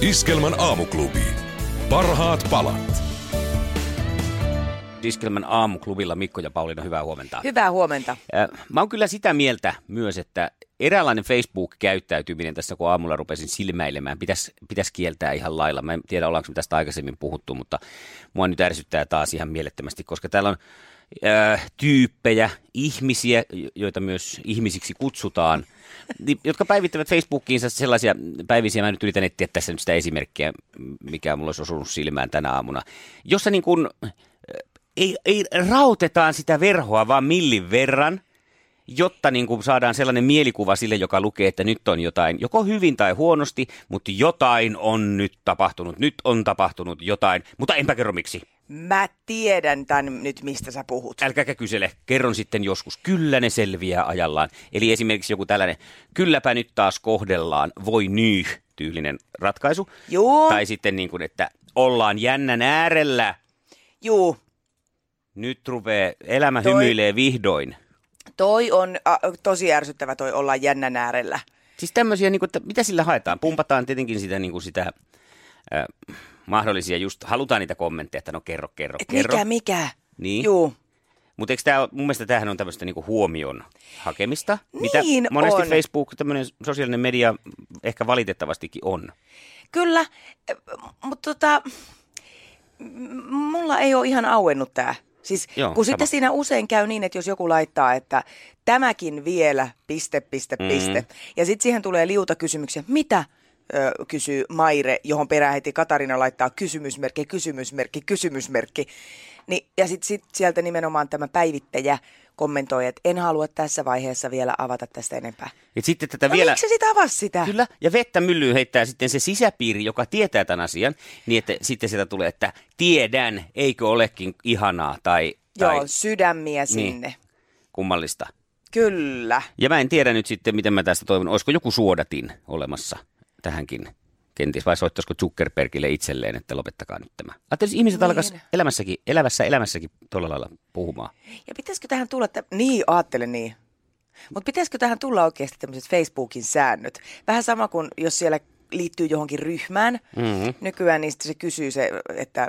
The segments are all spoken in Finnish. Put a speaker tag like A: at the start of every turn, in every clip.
A: Iskelmän aamuklubi. Parhaat palat.
B: Diskelmän aamuklubilla Mikko ja Pauliina, hyvää huomenta.
C: Hyvää huomenta.
B: Ö, Mä oon kyllä sitä mieltä myös, että eräänlainen Facebook-käyttäytyminen tässä, kun aamulla rupesin silmäilemään, pitäisi pitäis kieltää ihan lailla. Mä en tiedä, ollaanko me tästä aikaisemmin puhuttu, mutta mua nyt ärsyttää taas ihan mielettömästi, koska täällä on ö, tyyppejä, ihmisiä, jo- joita myös ihmisiksi kutsutaan, niin, jotka päivittävät Facebookiinsa sellaisia päivisiä, mä nyt yritän etsiä tässä nyt sitä esimerkkiä, mikä mulla olisi osunut silmään tänä aamuna, jossa niin kuin ei, ei rautetaan sitä verhoa vaan millin verran, jotta niin kuin saadaan sellainen mielikuva sille, joka lukee, että nyt on jotain, joko hyvin tai huonosti, mutta jotain on nyt tapahtunut, nyt on tapahtunut jotain, mutta enpä kerro miksi.
C: Mä tiedän tän nyt, mistä sä puhut.
B: Älkääkä kysele, kerron sitten joskus, kyllä ne selviää ajallaan. Eli esimerkiksi joku tällainen, kylläpä nyt taas kohdellaan, voi nyh, tyylinen ratkaisu.
C: Juu,
B: Tai sitten niin kuin, että ollaan jännän äärellä,
C: juu.
B: nyt rupeaa, elämä
C: Toi-
B: hymyilee vihdoin.
C: Toi on a, tosi ärsyttävä toi olla jännän äärellä.
B: Siis tämmöisiä, niin kuin, että mitä sillä haetaan? Pumpataan tietenkin sitä, niin kuin sitä äh, mahdollisia, just halutaan niitä kommentteja, että no kerro, kerro,
C: Et
B: kerro.
C: mikä, mikä?
B: Niin.
C: Juu.
B: Mutta eikö tää, ole- mun mielestä tämähän on tämmöistä niinku huomion hakemista, mitä
C: Niin
B: monesti
C: on.
B: Facebook, tämmöinen sosiaalinen media ehkä valitettavastikin on.
C: Kyllä, mutta tota, m- mulla ei ole ihan auennut tää. Siis Joo,
B: Joo,
C: kun
B: sama.
C: sitten siinä usein käy niin, että jos joku laittaa, että tämäkin vielä, piste, piste,
B: Mm-hmm.
C: mm. piste. Ja sitten siihen tulee liuta kysymyksiä, mitä ö, kysyy Maire, johon perään heti Katarina laittaa kysymysmerkki, kysymysmerkki, kysymysmerkki. Ni, ja sitten sit sieltä nimenomaan tämä päivittäjä kommentoi, että en halua tässä vaiheessa vielä avata tästä enempää.
B: Et sitten tätä
C: No
B: vielä...
C: vielä... miksi sä sitä avasi sitä?
B: Kyllä, ja vettä myllyyn heittää sitten se sisäpiiri, joka tietää tämän asian, niin että sitten sieltä tulee, että tiedän, eikö olekin ihanaa tai, tai Niin.
C: Joo, sydämiä sinne.
B: kummallista.
C: Kyllä.
B: Ja mä en tiedä nyt sitten, miten mä tästä toivon. Olisiko joku suodatin olemassa tähänkin kenties, vai soittaisiko Zuckerbergille itselleen, että lopettakaa nyt tämä. Ajattelin, että ihmiset
C: Niin.
B: niin. alkaisi elämässäkin, elävässä elämässäkin tuolla lailla puhumaan.
C: Ja pitäisikö tähän tulla, tä- niin ajattelen niin. Mutta pitäisikö tähän tulla oikeasti tämmöiset Facebookin säännöt? Vähän sama kuin jos siellä liittyy johonkin ryhmään. Mm-hmm. Nykyään niistä se kysyy se, että äh,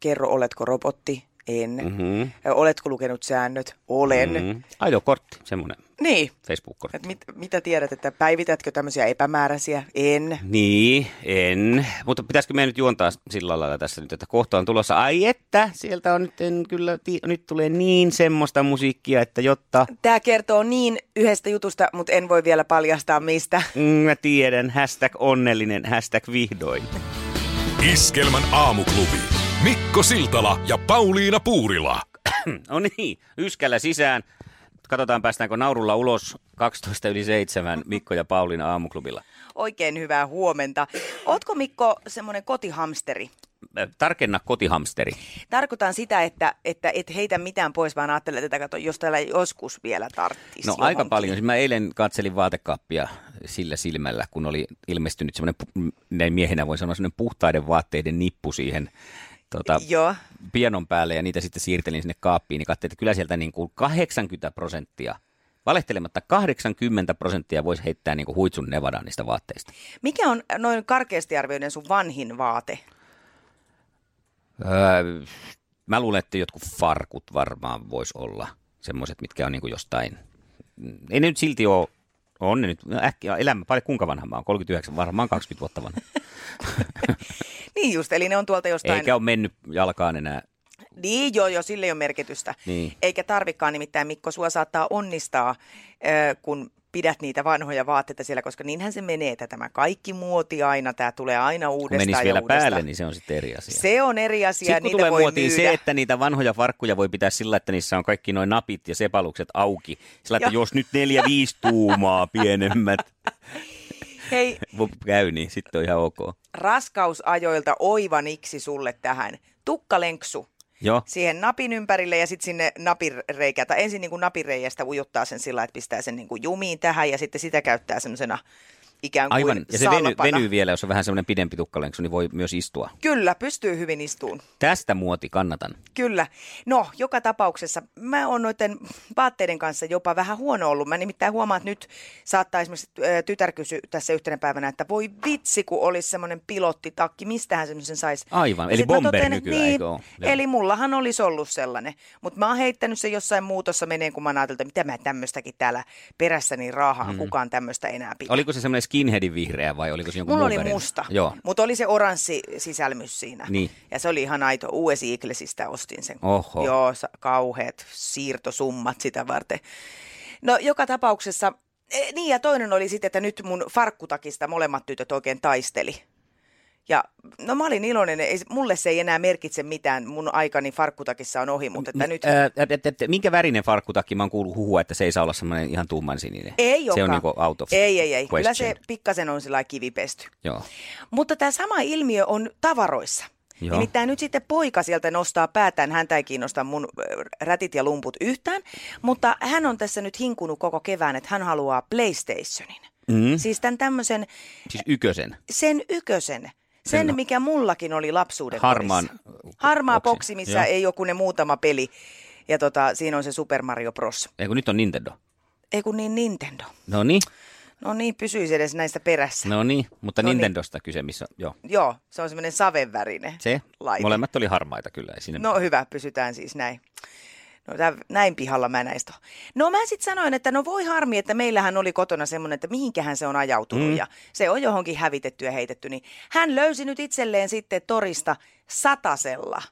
C: kerro, oletko robotti? En. Mm-hmm. Oletko lukenut säännöt? Olen. Mm-hmm.
B: Mm. Ajokortti, semmoinen
C: Niin.
B: Facebook-kortti.
C: Et mit, mitä tiedät, että päivitätkö tämmöisiä epämääräisiä? En.
B: Niin, en. Mutta pitäisikö meidän nyt juontaa sillä lailla tässä nyt, että kohta on tulossa. Ai että, sieltä on nyt, en kyllä, ti- nyt tulee niin semmoista musiikkia, että jotta...
C: Tämä kertoo niin yhdestä jutusta, mutta en voi vielä paljastaa mistä.
B: Mm, Mä tiedän, hashtag onnellinen, hashtag vihdoin.
A: Iskelmän aamuklubi. Mikko Siltala ja Pauliina Puurila.
B: No niin, yskällä sisään. Katsotaan, päästäänkö naurulla ulos 12 yli 7 Mikko ja Pauliina aamuklubilla.
C: Oikein hyvää huomenta. Ootko Mikko semmoinen kotihamsteri?
B: Äh, Tarkenna kotihamsteri. No,
C: Tarkoitan sitä, että, että et heitä mitään pois, vaan ajattelet, että kato, jos täällä joskus vielä tarttisi
B: No
C: johonkin.
B: aika paljon. Siis Mä eilen katselin vaatekaappia sillä silmällä, kun oli ilmestynyt semmoinen, pu- näin miehenä voi sanoa, semmoinen puhtaiden vaatteiden nippu siihen tota,
C: Joo.
B: pienon päälle ja niitä sitten siirtelin sinne kaappiin, niin katsoin, että kyllä sieltä niin kuin 80 prosenttia, valehtelematta 80 prosenttia voisi heittää niin kuin huitsun nevadaan niistä vaatteista.
C: Mikä on noin karkeasti arvioiden sun vanhin vaate?
B: Öö, mä luulen, että jotkut farkut varmaan voisi olla semmoiset, mitkä on niin kuin jostain. mm, Ei ne nyt silti ole, on ne nyt, no äkkiä elämä, paljon kuinka vanha mä oon, 39, varmaan 20 vuotta vanha.
C: Niin just, eli ne on tuolta jostain...
B: Eikä ole mennyt jalkaan enää.
C: Niin joo, joo, sille ei ole merkitystä.
B: Niin.
C: Eikä tarvikaan nimittäin, Mikko, sua saattaa onnistaa, ö, kun pidät niitä vanhoja vaatteita siellä, koska niinhän se menee, että tämä kaikki muoti aina, tämä tulee aina
B: Kun
C: uudestaan
B: menisi
C: ja
B: vielä
C: uudestaan.
B: päälle, niin se on sitten eri asia.
C: Se on eri asia,
B: Sitten kun
C: niitä
B: tulee
C: voi
B: muotiin
C: myydä.
B: se, että niitä vanhoja farkkuja voi pitää sillä, että niissä on kaikki noin napit ja sepalukset auki. Sillä, että
C: Joo.
B: jos nyt neljä, viisi tuumaa pienemmät.
C: Hei,
B: käy niin, sitten on ihan ok.
C: raskausajoilta oivaniksi sulle tähän. Tukkalenksu
B: Joo,
C: siihen napin ympärille ja sitten sinne napireikään, tai ensin niin kuin napireijästä ujuttaa sen sillä, lailla, että pistää sen niin kuin jumiin tähän ja sitten sitä käyttää semmoisena ikään kuin
B: aivan. Ja se veny,
C: salpana.
B: venyy vielä, jos on vähän semmoinen pidempi tukkalenksu, niin voi myös istua.
C: Kyllä, pystyy hyvin istuun.
B: Tästä muoti kannatan.
C: Kyllä. No, joka tapauksessa mä oon noiden vaatteiden kanssa jopa vähän huono ollut. Mä nimittäin huomaan, että nyt saattaa esimerkiksi ö, tytär kysy tässä yhtenä päivänä, että voi vitsi, kun olisi semmoinen pilottitakki, mistähän semmoisen saisi.
B: Aivan, eli bomber nykyään,
C: niin,
B: eikö oo? Joo.
C: Eli mullahan olisi ollut sellainen, mutta mä oon heittänyt sen jossain muutossa meneen, kun mä oon ajatellut, että mitä mä tämmöistäkin täällä perässäni raahaan, mm. kukaan tämmöistä enää pitää.
B: Oliko se semmoinen skinheadin vihreä vai oliko se jonkun
C: Mulla
B: muun
C: oli
B: värin?
C: musta,
B: Joo.
C: mutta oli se oranssi sisälmys siinä.
B: Niin.
C: Ja se oli ihan aito. US Eaglesista ostin sen.
B: Oho.
C: Joo, sa- kauheat siirtosummat sitä varten. No joka tapauksessa, e, niin ja toinen oli sitten, että nyt mun farkkutakista molemmat tytöt oikein taisteli. Ja no mä olin iloinen, ei, mulle se ei enää merkitse mitään, mun aikani farkkutakissa on ohi, mutta että nyt...
B: Ää, ä, ä, ä, minkä värinen farkkutakki? Mä oon kuullut huhua, että se ei saa olla semmoinen ihan tumman sininen.
C: Ei
B: Se on
C: olekaan.
B: niinku out of
C: Ei, ei, ei.
B: Question.
C: Kyllä se pikkasen on sillä lailla kivipesty.
B: Joo.
C: Mutta tämä sama ilmiö on tavaroissa.
B: Joo.
C: Joo. Nimittäin nyt sitten poika sieltä nostaa päätään, häntä ei kiinnosta mun ö, rätit ja lumput yhtään, mutta hän on tässä nyt hinkunut koko kevään, että hän haluaa PlayStationin. Mm. Siis tämän tämmöisen,
B: Siis ykösen.
C: sen ykösen, sen
B: Kyllä.
C: mikä mullakin oli lapsuuden
B: Harmaan
C: kodissa. Harmaa
B: boksin.
C: boksi, missä
B: Joo.
C: ei joku ne muutama peli. Ja tota, siinä on se Super Mario Bros.
B: Ei kun nyt on Nintendo.
C: Ei kun niin Nintendo.
B: No niin,
C: No niin, pysyisi edes näistä perässä.
B: no niin, mutta
C: No niin.
B: Nintendosta kyse missä, joo.
C: Joo, se on semmoinen savenvärinen
B: Se,
C: laite.
B: molemmat oli harmaita kyllä, ei siinä
C: No hyvä, pysytään siis näin. No tä- näin pihalla mä näistä. oon. No mä sitten sanoin, että no voi harmi, että meillähän oli kotona semmoinen, että mihinkähän se on ajautunut mm. ja se on johonkin hävitetty ja heitetty. Niin hän löysi nyt itselleen sitten torista satasella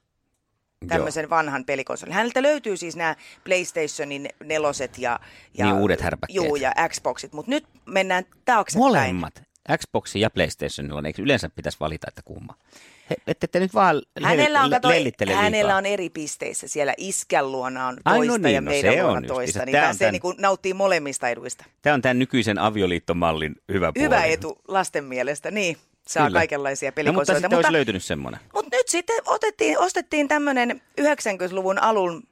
C: tämmöisen vanhan pelikonsolin. Häneltä löytyy siis nämä PlayStationin neloset ja, ja
B: Niin, uudet härpäkkeet.
C: Juu, ja Xboxit, mutta nyt mennään taaksepäin.
B: Molemmat. Xboxi ja PlayStationilla, eikö yleensä pitäisi valita, että kumma? He, ette te nyt vaan
C: Hänellä on,
B: le-
C: kato,
B: lellittele liikaa.
C: hänellä on eri pisteissä. Siellä iskän luona on
B: Ai,
C: toista
B: no niin,
C: ja
B: no
C: meidän
B: se on
C: luona
B: justiinsa.
C: toista. Niin
B: Tää on
C: pääsee
B: tän-
C: tämän... niin nauttii molemmista eduista.
B: Tämä on tämän nykyisen avioliittomallin hyvä puoli.
C: Hyvä etu lasten mielestä, niin. Saa
B: Kyllä.
C: Kyllä. kaikenlaisia
B: No, mutta
C: pelikonsoleita.
B: sitten mutta... olisi löytynyt semmoinen.
C: mutta nyt sitten otettiin, ostettiin tämmöinen 90-luvun alun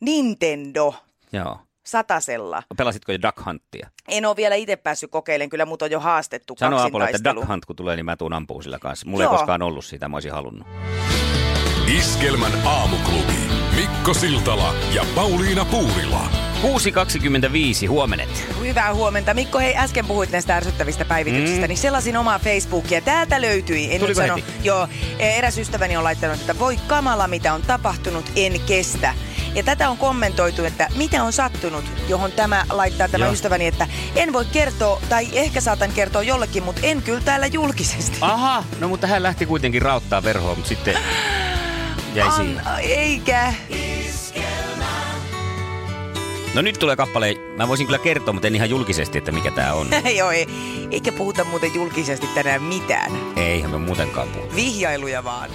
C: Nintendo
B: Joo.
C: satasella.
B: Pelasitko jo Duck Huntia?
C: En ole vielä itse päässyt kokeilemaan, kyllä mut on jo haastettu
B: Sano Aapolle, että
C: kaksintaistelu.
B: Duck Hunt kun tulee, niin mä tuun ampuu sillä kanssa. Mulla ei
C: Joo.
B: koskaan ollut sitä, mä olisin halunnut.
A: Iskelmän aamuklubi. Mikko Siltala ja Pauliina Puurila.
B: 6.25, huomenet.
C: Hyvää huomenta. Mikko, hei, äsken puhuit näistä ärsyttävistä päivityksistä, mm. niin sellaisin omaa Facebookia. Täältä löytyi. En
B: Tuliko
C: nyt sano,
B: heti?
C: Joo, e, eräs ystäväni on laittanut, että voi kamala, mitä on tapahtunut, en kestä. Ja tätä on kommentoitu, että mitä on sattunut, johon tämä laittaa tämä
B: Joo.
C: Joo. ystäväni, että en voi kertoa, tai ehkä saatan kertoa jollekin, mutta en kyllä täällä julkisesti.
B: Aha, no mutta hän lähti kuitenkin rauttaa verhoon, mutta sitten jäi siihen.
C: An- eikä.
B: No nyt tulee kappale, mä voisin kyllä kertoa, mutta en ihan julkisesti, että mikä tää on.
C: Joo, ei, eikä puhuta muuten julkisesti tänään mitään.
B: Eihän me muutenkaan puhu.
C: Vihjailuja vaan.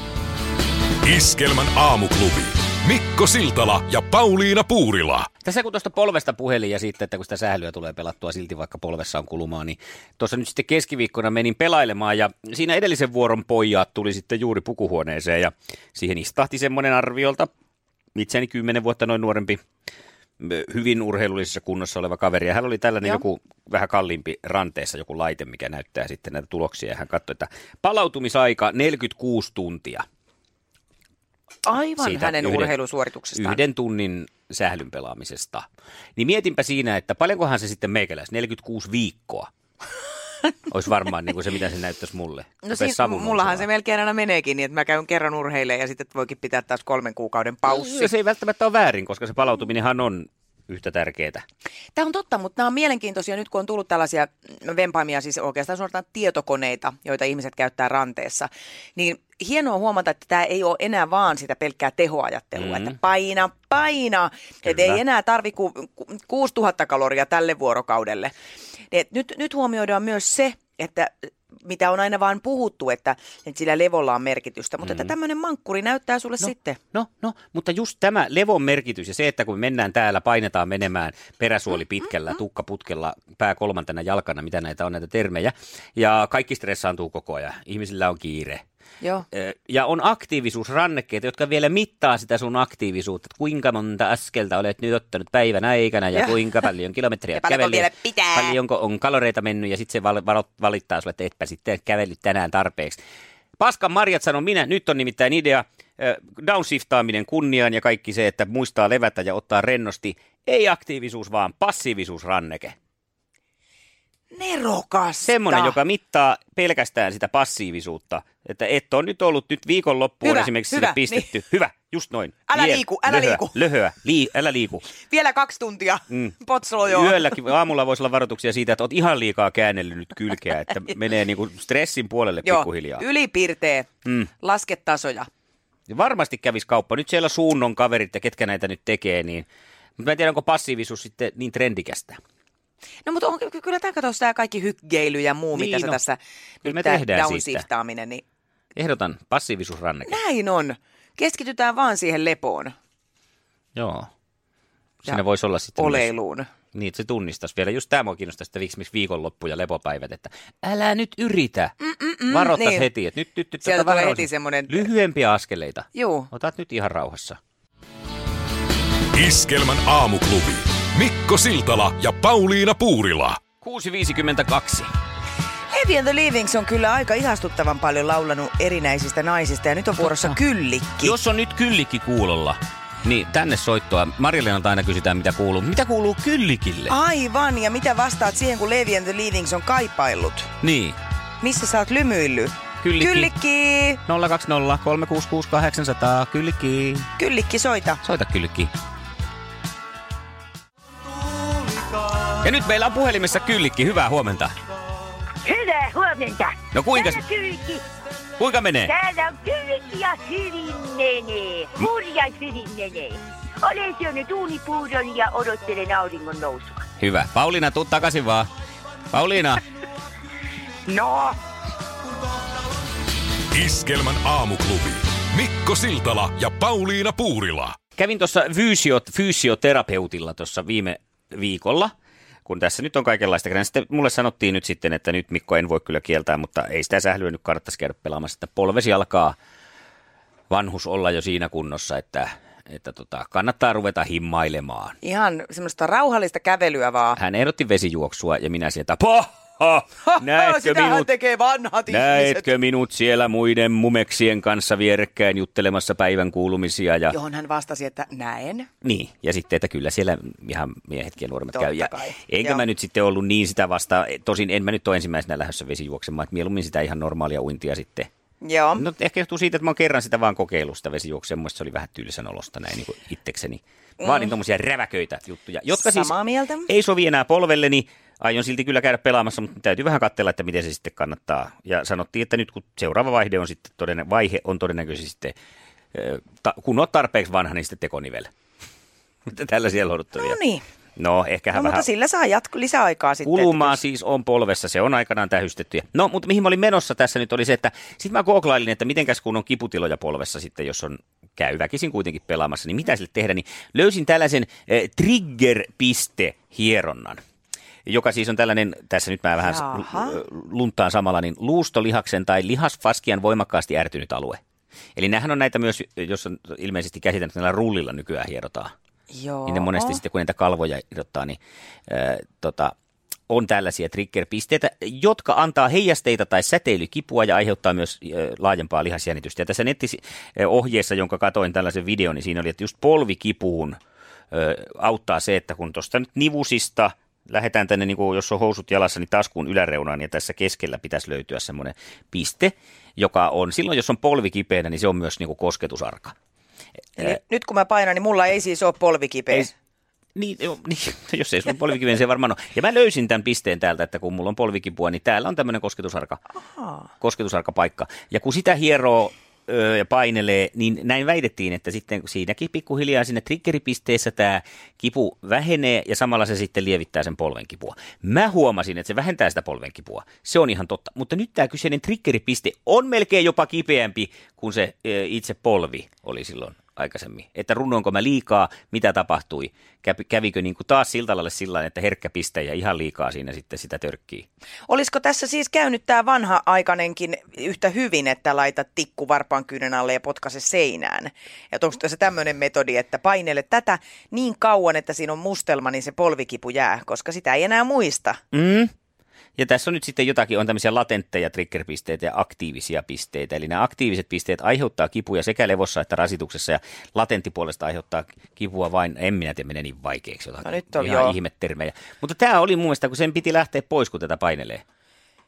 A: Iskelmän aamuklubi. Mikko Siltala ja Pauliina Puurila.
B: Tässä kun tuosta polvesta puhelin ja sitten, että kun sitä sählyä tulee pelattua silti vaikka polvessa on kulumaa, niin tuossa nyt sitten keskiviikkona menin pelailemaan ja siinä edellisen vuoron pojat tuli sitten juuri pukuhuoneeseen ja siihen istahti semmoinen arviolta, itseäni kymmenen vuotta noin nuorempi, ö, hyvin urheilullisessa kunnossa oleva kaveri. Ja hän oli tällainen
C: Joo.
B: joku vähän kalliimpi ranteessa joku laite, mikä näyttää sitten näitä tuloksia. Ja hän katsoi, että palautumisaika 46 tuntia
C: Aivan
B: Siitä
C: hänen
B: yhden-
C: urheilusuorituksestaan.
B: yhden tunnin sählyn pelaamisesta. Niin mietinpä siinä, että paljonkohan se sitten meikäläis, 46 viikkoa. Olisi varmaan niin kuin se, mitä se näyttäisi mulle.
C: No
B: Rupes
C: siis
B: savu
C: mullahan se
B: nousemaan.
C: melkein aina meneekin, niin että mä käyn kerran urheilemaan ja sitten voikin pitää taas kolmen kuukauden paussi.
B: Ja No, se ei välttämättä ole väärin, koska se palautuminenhan on yhtä tärkeää.
C: Tämä on totta, mutta nämä on mielenkiintoisia nyt, kun on tullut tällaisia mm, vempaimia, siis oikeastaan suorastaan tietokoneita, joita ihmiset käyttää ranteessa. Niin hienoa huomata, että tämä ei ole enää vaan sitä pelkkää tehoajattelua, mm. että paina, paina, että
B: Kyllä.
C: ei enää tarvi ku, ku, 6000 kaloria tälle vuorokaudelle. Et nyt, nyt huomioidaan myös se, että mitä on aina vaan puhuttu, että, että sillä levolla on merkitystä, mutta mm. että tämmöinen mankkuri näyttää sulle
B: no,
C: sitten.
B: No, no, mutta just tämä levon merkitys ja se, että kun me mennään täällä, painetaan menemään peräsuoli pitkällä, tukka putkella, pää kolmantena jalkana, mitä näitä on näitä termejä, ja kaikki stressaantuu koko ajan, ihmisillä on kiire,
C: Joo.
B: Ö, Ja on aktiivisuusrannekkeita, jotka vielä mittaa sitä sun aktiivisuutta, että kuinka monta askelta olet nyt ottanut päivän aikana ja
C: Joo.
B: kuinka paljon kilometriä
C: Ja
B: olet
C: paljonko
B: kävellyt,
C: vielä pitää.
B: paljonko on kaloreita mennyt ja sitten se val- val- valittaa sulle, että etpä sitten kävellyt tänään tarpeeksi. Paskan marjat sanon minä, nyt on nimittäin idea, ö, downshiftaaminen kunniaan ja kaikki se, että muistaa levätä ja ottaa rennosti, ei aktiivisuus vaan passiivisuusranneke.
C: Nerokasta.
B: Semmoinen, joka mittaa pelkästään sitä passiivisuutta, että et on nyt ollut nyt viikonloppuun
C: Hyvä,
B: esimerkiksi
C: hyvä,
B: sinne pistetty. Niin. Hyvä, just noin.
C: Älä liiku, älä
B: löhöä,
C: liiku.
B: Löhöä, lii, älä liiku.
C: Vielä kaksi tuntia
B: Mm.
C: mm. potsolojoa.
B: Yölläkin, aamulla voisi olla varoituksia siitä, että oot ihan liikaa käännellyt nyt kylkeä, että menee niinku stressin puolelle
C: Joo,
B: pikkuhiljaa.
C: ylipiirtee.
B: Mm.
C: Laske tasoja.
B: Ja varmasti kävisi kauppa. Nyt siellä suunnon kaverit ja ketkä näitä nyt tekee, niin... Mutta mä en tiedä, onko passiivisuus sitten niin trendikästä.
C: No mutta on, ky- kyllä tämä katos tämä kaikki hykkeily ja muu,
B: Niin,
C: mitä sä
B: no.
C: tässä,
B: Kyllä
C: nyt
B: me
C: tää
B: tehdään siitä.
C: downshiftaaminen, niin
B: Ehdotan passiivisuusranneke.
C: näin on. Keskitytään vaan siihen lepoon,
B: Joo. Siinä
C: Ja
B: voisi olla sitten myös-
C: oleiluun.
B: Niin, että se tunnistaisi vielä. Just tämä mua kiinnostaisi, että miksi miksi viikonloppu ja lepopäivät, että älä nyt yritä.
C: mm,
B: Varoittaisi
C: niin.
B: heti, että nyt, nyt, nyt
C: Sieltä
B: tota
C: tulee
B: varoisin.
C: heti semmoinen-
B: Lyhyempiä askeleita.
C: Juu.
B: Otat nyt ihan rauhassa.
A: Iskelmän aamuklubi. Mikko Siltala ja Pauliina Puurila.
B: 6.52.
C: Heavy and the Leavings on kyllä aika ihastuttavan paljon laulanut erinäisistä naisista ja nyt on vuorossa kyllikki.
B: Jos on nyt kyllikki kuulolla, niin tänne soittoa. Marjoleenalta aina kysytään, mitä kuuluu. Mitä kuuluu kyllikille?
C: Aivan, ja mitä vastaat siihen, kun Levi and the Leavings on kaipaillut?
B: Niin.
C: Missä sä oot lymyillyt?
B: Kyllikki.
C: Kyllikki,
B: 020 366 800. Kyllikki.
C: kyllikki soita.
B: Soita Kyllikki. Ja nyt meillä on puhelimessa Kyllikki. Hyvää huomenta.
D: Hyvää huomenta.
B: No kuinka-
D: Täällä, kylki,
B: Kuinka menee?
D: täällä on kylki ja hyvin menee. Hurja hyvin menee. Olen syönyt uunipuuron ja odottelen auringon nousua.
B: Hyvä. Pauliina, tuu takaisin vaan. Pauliina.
D: No,
A: Iskelmän aamuklubi. Mikko Siltala ja Pauliina Puurila.
B: Kävin tuossa fyysio- fysioterapeutilla tuossa viime viikolla, kun tässä nyt on kaikenlaista. Kyllä Sitten mulle sanottiin nyt sitten, että nyt Mikko en voi kyllä kieltää, mutta ei sitä sählyä nyt kannattaisi käydä pelaamassa, että polvesi alkaa vanhus olla jo siinä kunnossa, että, että tota, kannattaa ruveta himmailemaan.
C: Ihan semmoista rauhallista kävelyä vaan.
B: Hän ehdotti vesijuoksua ja minä sieltä, paha, näetkö
C: Sitähän
B: minut?
C: tekee vanhat ihmiset.
B: Näetkö minut siellä muiden mumeksien kanssa vierekkäin juttelemassa päivän kuulumisia ja
C: Johon hän vastasi, että näen.
B: Niin, ja sitten, että kyllä siellä ihan miehetkin ja nuoremmat
C: Totta
B: käy. Ja
C: kai,
B: enkä
C: joo.
B: mä nyt sitten ollut niin sitä vastaan, tosin en mä nyt ole ensimmäisenä lähdössä vesijuoksemaan, että mieluummin sitä ihan normaalia uintia sitten.
C: Joo.
B: No ehkä johtuu siitä, että mä oon kerran sitä vaan kokeillut sitä vesijuoksua, mun mielestä se oli vähän tylsän olosta näin niin kuin itsekseni. Vaadin tommosia räväköitä juttuja, jotka
C: Mm. Samaa
B: siis
C: mieltä.
B: ei sovi enää polvelleni. Aion silti kyllä käydä pelaamassa, mutta täytyy vähän katsella, että miten se sitten kannattaa. Ja sanottiin, että nyt kun seuraava vaihe on sitten todennä, vaihe on todennäköisesti sitten, ö, ta, kun olet tarpeeksi vanha, niin sitten tekonivel. Mutta tällaisia lohduttavia.
C: No niin.
B: No, ehkähän
C: No,
B: vähän
C: mutta sillä saa jatko, lisäaikaa sitten.
B: Kulumaa siis on polvessa, se on aikanaan tähystetty. No, mutta mihin mä olin menossa tässä nyt oli se, että sitten mä googlailin, että mitenkäs kun on kiputiloja polvessa sitten, jos on käy väkisin kuitenkin pelaamassa, niin mitä sille tehdä, niin löysin tällaisen eh, trigger-piste-hieronnan joka siis on tällainen, tässä nyt mä vähän s-
C: Jaha.
B: l- luntaan samalla, niin luustolihaksen tai lihasfaskian voimakkaasti ärtynyt alue. Eli nämähän on näitä myös, jos on ilmeisesti käsitänyt, että näillä rullilla nykyään hierotaan.
C: Joo.
B: Niin ne monesti sitten, kun niitä kalvoja irrottaa, niin ää, tota, on tällaisia trigger-pisteitä, jotka antaa heijasteita tai säteilykipua ja aiheuttaa myös ää, laajempaa lihasjännitystä. Ja tässä nettiohjeessa, jonka katoin tällaisen videon, niin siinä oli, että just polvikipuun ää, auttaa se, että kun tuosta nyt nivusista lähdetään tänne, niin kuin jos on housut jalassa, niin taskuun yläreunaan ja tässä keskellä pitäisi löytyä semmoinen piste, joka on, silloin jos on polvi kipeänä, niin se on myös niin kuin kosketusarka.
C: Eli nyt kun mä painan, niin mulla ei siis ole polvikipeä.
B: Ei- Niin, joo, niin, jos ei sulla ole polvikipua, niin se varmaan on. Ja mä löysin tämän pisteen täältä, että kun mulla on polvikipua, niin täällä on tämmöinen kosketusarka,
C: Ahaa.
B: kosketusarkapaikka. Ja kun sitä hieroo öö, ja painelee, niin näin väitettiin, että sitten siinäkin pikkuhiljaa siinä triggeripisteessä tämä kipu vähenee ja samalla se sitten lievittää sen polvenkipua. Mä huomasin, että se vähentää sitä polvenkipua. Se on ihan totta. Mutta nyt tämä kyseinen triggeripiste on melkein jopa kipeämpi kuin se öö, itse polvi oli silloin aikaisemmin. Että runnoinko mä liikaa, mitä tapahtui, Kävi- kävikö niin kuin taas siltalalle sillä että herkkä piste ja ihan liikaa siinä sitten sitä törkkii.
C: Olisiko tässä siis käynyt tämä vanha aikainenkin yhtä hyvin, että laita tikku varpaan kyynän alle ja potkaise seinään? Ja onko tässä tämmöinen metodi, että painele tätä niin kauan, että siinä on mustelma, niin se polvikipu jää, koska sitä ei enää muista.
B: Mm. Ja tässä on nyt sitten jotakin, on tämmöisiä latentteja triggerpisteitä ja aktiivisia pisteitä. Eli nämä aktiiviset pisteet aiheuttaa kipuja sekä levossa että rasituksessa ja latentti puolesta aiheuttaa kipua vain, en minä tiedä, menee niin vaikeaksi jotakin.
C: No nyt on
B: Ihan
C: joo.
B: ihmettermejä. Mutta tämä oli mun mielestä, kun sen piti lähteä pois, kun tätä painelee.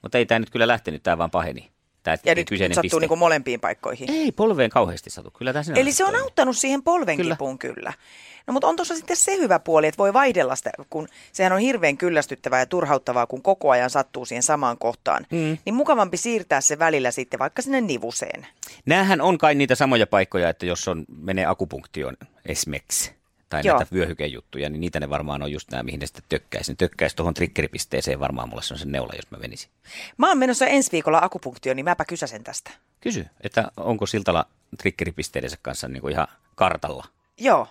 B: Mutta ei tämä nyt kyllä lähtenyt, tämä vaan paheni. Tämä
C: Ja nyt, nyt
B: kyseinen
C: sattuu
B: piste.
C: niinku molempiin paikkoihin.
B: Ei polveen kauheasti satu, kyllä tämä sinä
C: Eli se on auttanut siihen polvenkipuun kyllä. kyllä. No mutta on tuossa sitten se hyvä puoli, että voi vaihdella sitä, kun sehän on hirveän kyllästyttävää ja turhauttavaa, kun koko ajan sattuu siihen samaan kohtaan. Mm. Niin mukavampi siirtää se välillä sitten vaikka sinne nivuseen.
B: Nämähän on kai niitä samoja paikkoja, että jos on, menee akupunktioon esimerkiksi tai Joo.
C: Joo.
B: näitä vyöhykejuttuja, niin niitä ne varmaan on just nämä, mihin ne sitten tökkäisi. Ne tökkäisi tuohon trikkeripisteeseen varmaan mulla se on se neula, jos mä menisin.
C: Mä oon menossa ensi viikolla akupunktioon, niin mäpä kysäsen tästä.
B: Kysy, että onko Siltala trikkeripisteidensä kanssa niin kuin ihan kartalla?
C: Joo.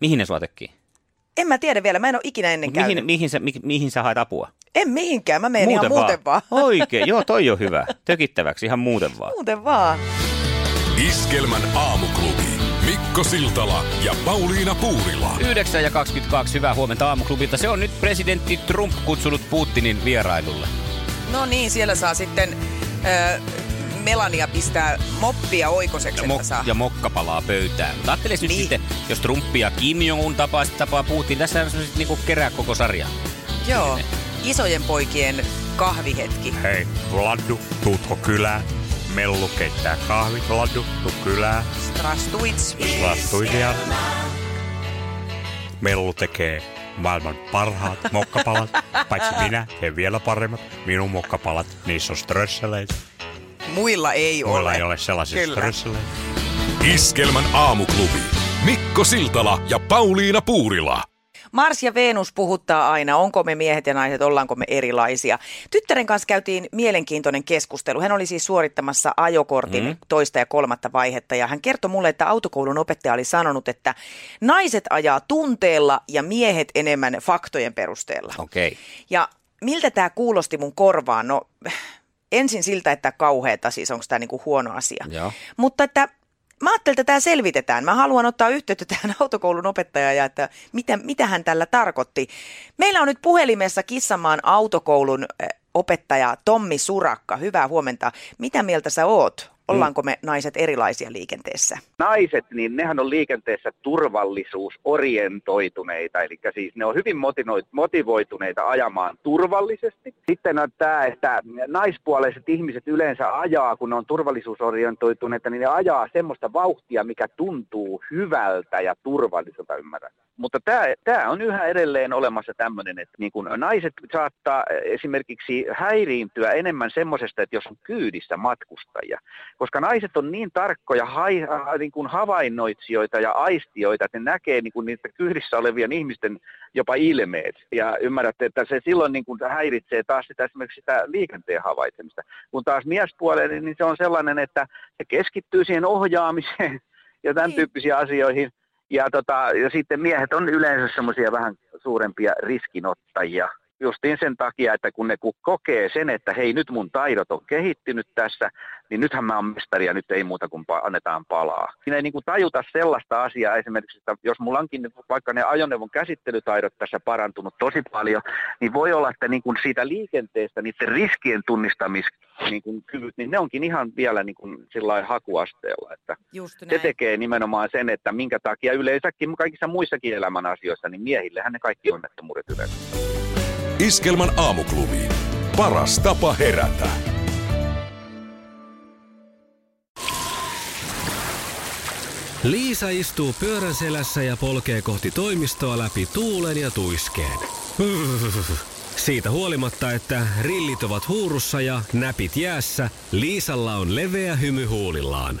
B: Mihin ne sua tökkii?
C: En mä tiedä vielä, mä en ole ikinä ennen
B: Mut
C: käynyt.
B: Mihin, mihin, sä, mi, mihin sä haet apua?
C: En mihinkään, mä menen niin ihan muuten vaan.
B: Oikein, joo toi on hyvä. Tökittäväksi ihan muuten vaan.
C: Muuten vaan.
A: Iskelmän aamuklubi. Mikko Siltala ja Pauliina Puurila.
B: 9 ja 22, hyvää huomenta aamuklubilta. Se on nyt presidentti Trump kutsunut Putinin vierailulle.
C: No niin, siellä saa sitten äh, Melania pistää moppia oikoseksi,
B: ja,
C: että saa.
B: ja mokka palaa pöytään. Mutta ajattelis nyt
C: Niin.
B: sitten, jos Trumpi ja Kim Jong-un tapaa, sitten tapaa Putin. Tässä on semmoiset niinku kerää koko sarja.
C: Joo, isojen poikien kahvihetki.
E: Hei, Vladdu, tuutko kylään? Mellu keittää kahvit, Vladdu, tuu kylään.
C: Strastuits.
E: Vastuisia. Mellu tekee maailman parhaat mokkapalat, paitsi minä teen vielä paremmat. Minun mokkapalat, niissä on strösseleitä.
C: Muilla ei
E: Muilla
C: ole.
E: ei ole sellaisia
C: Kyllä.
E: strösseleitä.
A: Iskelmän aamuklubi. Mikko Siltala ja Pauliina Puurila.
C: Mars ja Venus puhuttaa aina, onko me miehet ja naiset, ollaanko me erilaisia. Tyttären kanssa käytiin mielenkiintoinen keskustelu. Hän oli siis suorittamassa ajokortin
E: Mm-hmm.
C: mm. toista ja kolmatta vaihetta ja hän kertoi mulle, että autokoulun opettaja oli sanonut, että naiset ajaa tunteella ja miehet enemmän faktojen perusteella.
B: Okei. Okay.
C: Ja miltä tämä kuulosti mun korvaan? No ensin siltä, että kauheeta, siis onko tämä niinku huono asia.
B: Joo.
C: Mutta että mä ajattelin, että tämä selvitetään. Mä haluan ottaa yhteyttä tähän autokoulun opettajaan ja että mitä, mitä hän tällä tarkoitti. Meillä on nyt puhelimessa Kissamaan autokoulun eh, opettaja Tommi Surakka. Hyvää huomenta. Mitä mieltä sä oot? Ollaanko me naiset erilaisia liikenteessä?
F: naiset, niin nehän on liikenteessä turvallisuusorientoituneita, eli siis ne on hyvin motinoi- motivoituneita ajamaan turvallisesti. Sitten on tämä, että naispuoliset ihmiset yleensä ajaa, kun ne on turvallisuusorientoituneita, niin ne ajaa semmoista vauhtia, mikä tuntuu hyvältä ja turvalliselta ymmärrän. Mutta tämä, tämä on yhä edelleen olemassa tämmöinen, että niin kun naiset saattaa esimerkiksi häiriintyä enemmän semmoisesta, että jos on kyydissä matkustajia, koska naiset on niin tarkkoja hai, äh, niin kuin havainnoitsijoita ja aistijoita, että ne näkee niin kuin niitä kyhdissä olevien ihmisten jopa ilmeet. Ja ymmärrätte, että se silloin niin kuin häiritsee taas sitä esimerkiksi sitä liikenteen havaitsemista. Kun taas miespuolelle, niin se on sellainen, että se keskittyy siihen ohjaamiseen ja tämän
C: Niin.
F: tyyppisiin asioihin. Ja, tota, ja sitten miehet on yleensä semmoisia vähän suurempia riskinottajia justiin sen takia, että kun ne ku- kokee sen, että hei nyt mun taidot on kehittynyt tässä, niin nythän mä oon mestari ja nyt ei muuta kuin pa- annetaan palaa. Siinä ei niin kuin tajuta sellaista asiaa esimerkiksi, että jos mulla onkin nyt vaikka ne ajoneuvon käsittelytaidot tässä parantunut tosi paljon, niin voi olla, että niin kuin siitä liikenteestä niiden riskien tunnistamis- niin kuin kyvyt, niin ne onkin ihan vielä niin kuin sillä lailla hakuasteella. Että
C: Just
F: se tekee nimenomaan sen, että minkä takia yleensäkin kaikissa muissakin elämän asioissa, niin miehillähän ne kaikki onnettomuudet yleensä.
A: Iskelmän aamuklubi. Paras tapa herätä.
G: Liisa istuu pyörän selässä ja polkee kohti toimistoa läpi tuulen ja tuiskeen. Siitä huolimatta, että rillit ovat huurussa ja näpit jäässä, Liisalla on leveä hymy huulillaan.